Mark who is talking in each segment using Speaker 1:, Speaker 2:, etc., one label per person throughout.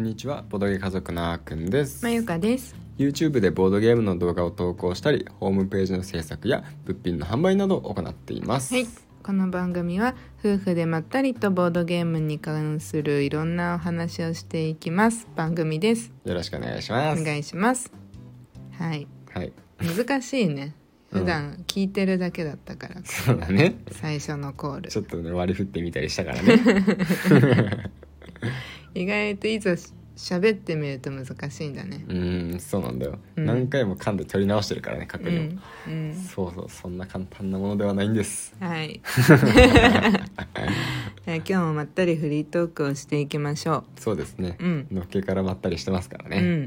Speaker 1: にちはボードゲー家族のあーくんです
Speaker 2: まゆかです。
Speaker 1: YouTube でボードゲームの動画を投稿したりホームページの制作や物品の販売などを行っています
Speaker 2: はい、この番組は夫婦でまったりとボードゲームに関するいろんなお話をしていきます番組です。
Speaker 1: よろしくお願いし
Speaker 2: お
Speaker 1: ます
Speaker 2: 願いします。はい、
Speaker 1: はい
Speaker 2: 難しいね。
Speaker 1: うん
Speaker 2: 普段聞いてるだけだったから、
Speaker 1: そうだね
Speaker 2: 最初のコール
Speaker 1: ちょっとね割り振ってみたりしたから ね
Speaker 2: 意外といざし喋ってみると難しいんだね
Speaker 1: う。ーんそうなんだよ、
Speaker 2: うん
Speaker 1: 何回も噛んで取り直してるからね
Speaker 2: う
Speaker 1: 確認を、
Speaker 2: ん、うん、
Speaker 1: そうそうそんな簡単なものではないんです
Speaker 2: はい。じゃあ今日もまったりフリートークをしていきましょ
Speaker 1: そうですね
Speaker 2: う。うん、
Speaker 1: のっけからばったりしてますから
Speaker 2: う
Speaker 1: ね
Speaker 2: ん。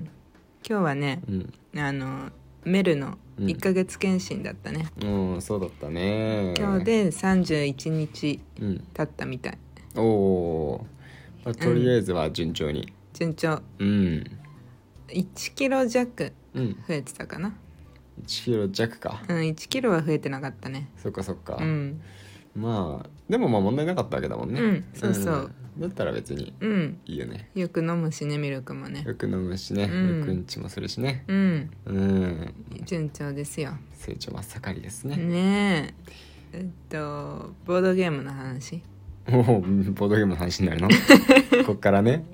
Speaker 2: 今日はね、
Speaker 1: うん
Speaker 2: あのメルの
Speaker 1: うん
Speaker 2: 1ヶ月検診だったね、
Speaker 1: うん、そうだったね
Speaker 2: 今日で31日
Speaker 1: うん
Speaker 2: 経ったみたい
Speaker 1: おおー、まあ、とりあえずは順調に
Speaker 2: 順調
Speaker 1: うん
Speaker 2: 1キロ弱
Speaker 1: うん
Speaker 2: 増えてたかな
Speaker 1: 1キロ弱か
Speaker 2: うん1キロは増えてなかったね
Speaker 1: そっかそっか、
Speaker 2: うん
Speaker 1: まあでもまあ問題なかったわけだもんね
Speaker 2: うんそうそう、
Speaker 1: んだったら別に
Speaker 2: うん
Speaker 1: いいよね
Speaker 2: よく飲むしねミルクもね
Speaker 1: よく飲むしね、
Speaker 2: うん
Speaker 1: よくうんちもするしね
Speaker 2: うん
Speaker 1: うん
Speaker 2: 順調ですよ
Speaker 1: 成長真っ盛りですね、
Speaker 2: ねええっとボードゲームの話
Speaker 1: おおボードゲームの話になるの こっからね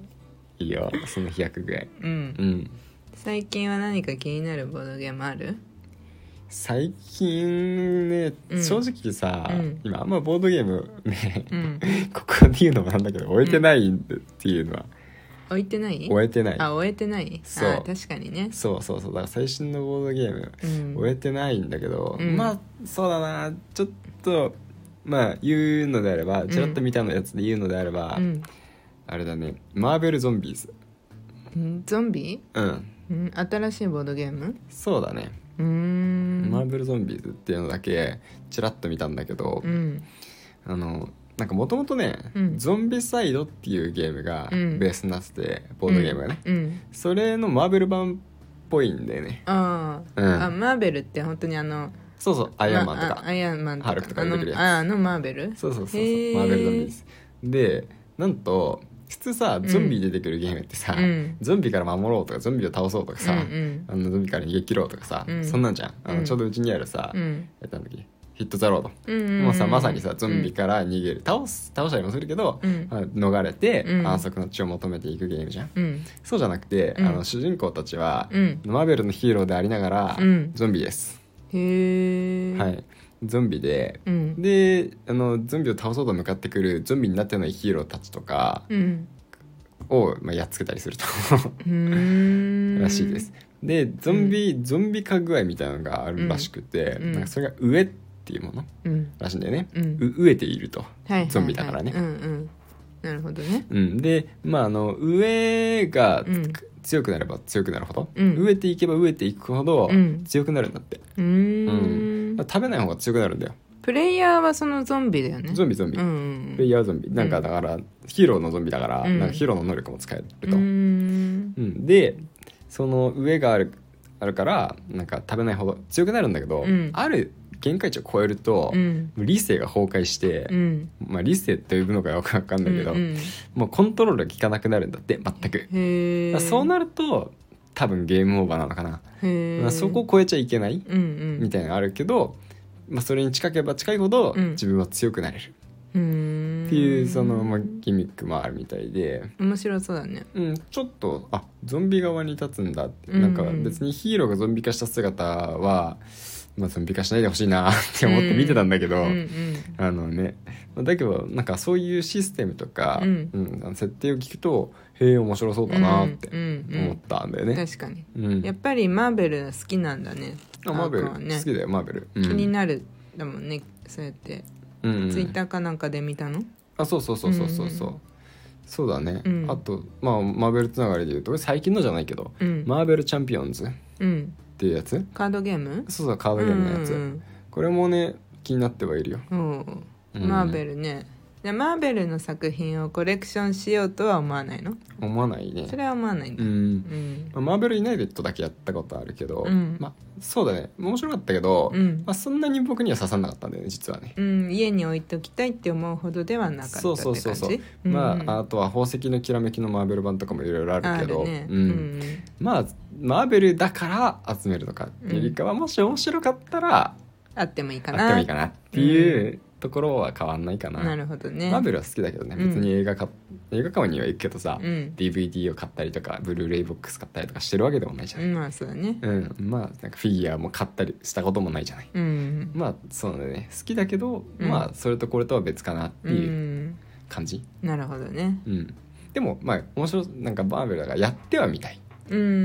Speaker 1: いいよその飛躍具合
Speaker 2: うん
Speaker 1: うん
Speaker 2: 最近は何か気になるボードゲームある
Speaker 1: 最近ね、
Speaker 2: うん
Speaker 1: 正直さ、
Speaker 2: うん
Speaker 1: 今あんまボードゲームね、
Speaker 2: うん
Speaker 1: ここで言うのもなんだけど終えてないっていうのは
Speaker 2: 置いてない
Speaker 1: 終えてない、
Speaker 2: あ終えてない
Speaker 1: そう
Speaker 2: あ確かにね
Speaker 1: そうそうそうだから最新のボードゲーム
Speaker 2: うん
Speaker 1: 終えてないんだけど、
Speaker 2: うん
Speaker 1: まあそうだなちょっとまあ言うのであればちらっと見たのやつで言うのであれば、
Speaker 2: うん
Speaker 1: あれだねマーベルゾンビーズ
Speaker 2: んゾンビ
Speaker 1: うん
Speaker 2: ん新しいボードゲーム
Speaker 1: そうだね、
Speaker 2: うーん
Speaker 1: マーベルゾンビーズっていうのだけちらっと見たんだけど、
Speaker 2: うん
Speaker 1: あのなんかもともとね、
Speaker 2: うん
Speaker 1: ゾンビサイドっていうゲームがベ
Speaker 2: うん
Speaker 1: ースになってて、ボードゲームがね、
Speaker 2: うん
Speaker 1: それのマーベル版っぽいんだよね
Speaker 2: あー、
Speaker 1: うん
Speaker 2: あマーベルって本当にあの
Speaker 1: そうそうアイアンマンと
Speaker 2: あ
Speaker 1: か
Speaker 2: あアイアンマンと
Speaker 1: ハ
Speaker 2: か
Speaker 1: ルクとか出てくるやつ
Speaker 2: あのああのマーベル
Speaker 1: そうそうそうそう
Speaker 2: へー
Speaker 1: マーベルゾンビですでなんと普通さゾンビ出てくるゲームってさ、
Speaker 2: うん
Speaker 1: ゾンビから守ろうとかゾンビを倒そうとかさ、
Speaker 2: うん
Speaker 1: あのゾンビから逃げ切ろうとかさ、
Speaker 2: うん
Speaker 1: そんなんじゃんあの、
Speaker 2: うん
Speaker 1: ちょうどうちにあるさ、
Speaker 2: うんうん
Speaker 1: やったんだっけヒットザロード、
Speaker 2: うんうんうん
Speaker 1: もうさまさにさゾンビから逃げる、倒す倒したりもするけど、
Speaker 2: うん
Speaker 1: あの逃れて、
Speaker 2: うん
Speaker 1: 安息の地を求めていくゲームじゃん
Speaker 2: うん
Speaker 1: そうじゃなくて、
Speaker 2: うん
Speaker 1: あの主人公たちは、
Speaker 2: うん
Speaker 1: マーベルのヒーローでありながら、
Speaker 2: うん
Speaker 1: ゾンビです、
Speaker 2: へえ
Speaker 1: はいゾンビで、
Speaker 2: うん
Speaker 1: であのゾンビを倒そうと向かってくるゾンビになってないヒーローたちとか
Speaker 2: うん
Speaker 1: を、まあ、やっつけたりすると
Speaker 2: うーん
Speaker 1: らしいですでゾンビ、ゾンビ化具合みたいなのがあるらしくて、
Speaker 2: うん
Speaker 1: なんかそれが「飢え」っていうもの
Speaker 2: うん
Speaker 1: らしいんだよね、
Speaker 2: うん
Speaker 1: う飢えていると、
Speaker 2: はいはいはい
Speaker 1: ゾンビだからね
Speaker 2: うんうんなるほどね
Speaker 1: うん、でまああの飢えが
Speaker 2: うん
Speaker 1: 強くなれば強くなるほど、
Speaker 2: うん
Speaker 1: 飢えていけば飢えていくほど
Speaker 2: うん
Speaker 1: 強くなるんだって、
Speaker 2: うーん
Speaker 1: だから食べない方が強くなるんだよ
Speaker 2: プレイヤーはそのゾンビだよね
Speaker 1: ゾ
Speaker 2: ン
Speaker 1: ンビゾンビ、
Speaker 2: うん
Speaker 1: プレ
Speaker 2: う
Speaker 1: イ
Speaker 2: ん
Speaker 1: ヤーゾンビなんかだから、ヒーローのゾンビだから、
Speaker 2: うん
Speaker 1: なんかヒーローの能力も使える
Speaker 2: う
Speaker 1: と、
Speaker 2: ん
Speaker 1: うん、でその上があるあるからなんか食べないほど強くなるんだけど、
Speaker 2: うん
Speaker 1: ある限界値を超えると、
Speaker 2: うん
Speaker 1: 理性が崩壊して、
Speaker 2: うん
Speaker 1: まあ、理性と呼ぶのかよくわかんないけど、
Speaker 2: うんうん
Speaker 1: もうコントロールが効かなくなるんだって全く、
Speaker 2: へ
Speaker 1: だ
Speaker 2: え
Speaker 1: からそうなると多分ゲームオーバーなのかな、
Speaker 2: へ
Speaker 1: ま
Speaker 2: え
Speaker 1: あそこを超えちゃいけない
Speaker 2: うんうん
Speaker 1: みたいなのあるけど、まあ、それに近ければ近いほど
Speaker 2: うん
Speaker 1: 自分は強くなれる
Speaker 2: うーん
Speaker 1: っていうその、まあ、ギミックもあるみたいで。
Speaker 2: 面白そうだね
Speaker 1: うん、ちょっとあゾンビ側に立つんだって、
Speaker 2: うん
Speaker 1: なんか別にヒーローがゾンビ化した姿は、まあ、ゾンビ化しないでほしいな って思って見てたんだけど、
Speaker 2: うん
Speaker 1: あのねまあだけどなんかそういうシステムとか、
Speaker 2: うん
Speaker 1: うんあの設定を聞くとへえ面白そう
Speaker 2: うん
Speaker 1: だなって
Speaker 2: うんうんうん
Speaker 1: 思ったんだよね。
Speaker 2: 確かに
Speaker 1: うん
Speaker 2: やっぱりマーベルは好きなんだね
Speaker 1: あマーベル
Speaker 2: アークはね
Speaker 1: 好きだよマーベル。
Speaker 2: 気に
Speaker 1: る、
Speaker 2: なるだもんねそうやって
Speaker 1: うんうん
Speaker 2: ツイッターかなんかで見たの
Speaker 1: あそうそうそうそうそうそう
Speaker 2: うんうん
Speaker 1: そうだね、
Speaker 2: うん
Speaker 1: あと、まあ、マーベルつながりで言うと最近のじゃないけど、
Speaker 2: うん
Speaker 1: マーベルチャンピオンズっ
Speaker 2: うん
Speaker 1: ていうやつ
Speaker 2: カードゲーム
Speaker 1: そうそうカードゲームのやつ、
Speaker 2: うん
Speaker 1: これもね気になってはいるよ、
Speaker 2: うんおー
Speaker 1: うん
Speaker 2: マーベルねじゃあマーベルの作品をコレクションしようとは思わないの
Speaker 1: 思わないね
Speaker 2: それは思わないん
Speaker 1: う
Speaker 2: だ
Speaker 1: ん
Speaker 2: うん
Speaker 1: まあマーベル・ユナイテッドだけやったことあるけど、
Speaker 2: うん
Speaker 1: まあそうだね面白かったけど、
Speaker 2: うん
Speaker 1: まあ、そんなに僕には刺さんなかったんだよね実はね、
Speaker 2: うん、家に置いときたいって思うほどではなかったって
Speaker 1: そ
Speaker 2: 感
Speaker 1: う
Speaker 2: じ
Speaker 1: そうそうそうんまああとは宝石のきらめきのマーベル版とかもいろいろあるけど
Speaker 2: あね
Speaker 1: うんまあマーベルだから集めるのかっていうよりかは、もし面白かったら
Speaker 2: あってもいいか
Speaker 1: あ
Speaker 2: な
Speaker 1: ってもいいかなっていうところは変わんないかな、
Speaker 2: なるほどね
Speaker 1: マーベルは好きだけどね
Speaker 2: うん
Speaker 1: 別に映画か、映画館には行くけどさ、
Speaker 2: うん
Speaker 1: DVD を買ったりとかブルーレイボックス買ったりとかしてるわけでもないじゃ
Speaker 2: う
Speaker 1: ない、
Speaker 2: んまあそうだね
Speaker 1: うん、まあなんかフィギュアも買ったりしたこともないじゃない
Speaker 2: うん、
Speaker 1: まあそうだね好きだけど、
Speaker 2: うん
Speaker 1: まあそれとこれとは別かなって
Speaker 2: う、
Speaker 1: いうん感じ、
Speaker 2: なるほどね
Speaker 1: うんでもまあ面白いなんかバーベルだからやってはみたい、
Speaker 2: うん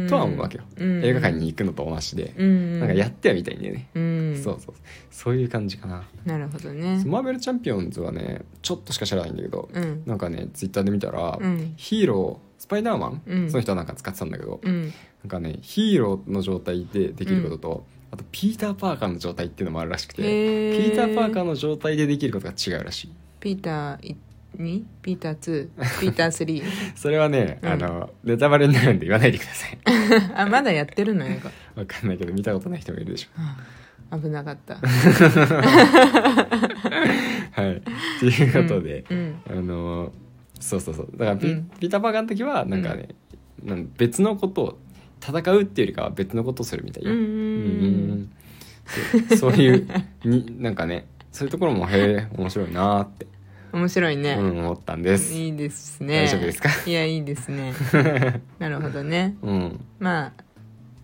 Speaker 1: とは思うわけよ、
Speaker 2: うん
Speaker 1: 映画館に行くのと同じで、
Speaker 2: うん
Speaker 1: なんかやってはみたいんだよね、
Speaker 2: うん
Speaker 1: そうそうそういう感じかな、
Speaker 2: なるほどね
Speaker 1: マーベルチャンピオンズはねちょっとしか知らないんだけど、
Speaker 2: うん
Speaker 1: なんかねツイッターで見たら、
Speaker 2: うん
Speaker 1: ヒーロースパイダーマン、
Speaker 2: うん
Speaker 1: その人はなんか使ってたんだけど、
Speaker 2: うん
Speaker 1: なんかねヒーローの状態でできることと、あとピーター・パーカーの状態っていうのもあるらしくて、
Speaker 2: へ
Speaker 1: ピーター・パーカー
Speaker 2: ー
Speaker 1: の状態でできることが違うらしい
Speaker 2: ピーター2ピーター2ピーター
Speaker 1: それはね、
Speaker 2: うん
Speaker 1: あのネタバレになるんで言わないでください
Speaker 2: 3あまだやってるの映画
Speaker 1: わかんないけど見たことない人もいるでしょ
Speaker 2: はあ 危なかった
Speaker 1: はいということで、
Speaker 2: うん
Speaker 1: あのそうそうそうだからピ,、
Speaker 2: うん
Speaker 1: ピーター・パーカーの時はなんかね、なん別のことを戦うっていうよりかは別のことをするみたい
Speaker 2: うん
Speaker 1: な、
Speaker 2: うん
Speaker 1: うんうんそうそういうになんかねそういうところもへえ面白いなーって、
Speaker 2: 面白いね、
Speaker 1: うん、思ったんです
Speaker 2: いいですね
Speaker 1: 大丈夫ですか
Speaker 2: いやいいで すねなるほどね
Speaker 1: うん
Speaker 2: まあ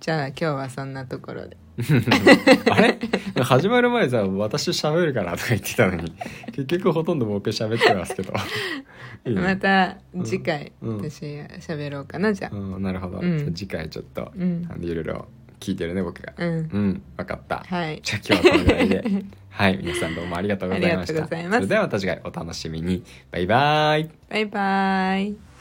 Speaker 2: じゃあ今日はそんなところで
Speaker 1: あれ 始まる前さ「私喋るから」とか言ってたのに結局ほとんど僕喋ってますけどいいね
Speaker 2: また次回、
Speaker 1: うんうん
Speaker 2: 私喋ろうかなじゃあ
Speaker 1: うん、なるほど、
Speaker 2: うん
Speaker 1: じゃあ次回ちょっと、
Speaker 2: うん
Speaker 1: あのいろいろ聞いてるね僕が
Speaker 2: うん、
Speaker 1: うん分かった、
Speaker 2: はい
Speaker 1: じゃあ今日はこのぐらいではい皆さんどうもありがとうございまし
Speaker 2: ありがとう
Speaker 1: た
Speaker 2: ございます
Speaker 1: それではまた次回お楽しみにバイバイ
Speaker 2: バイバイ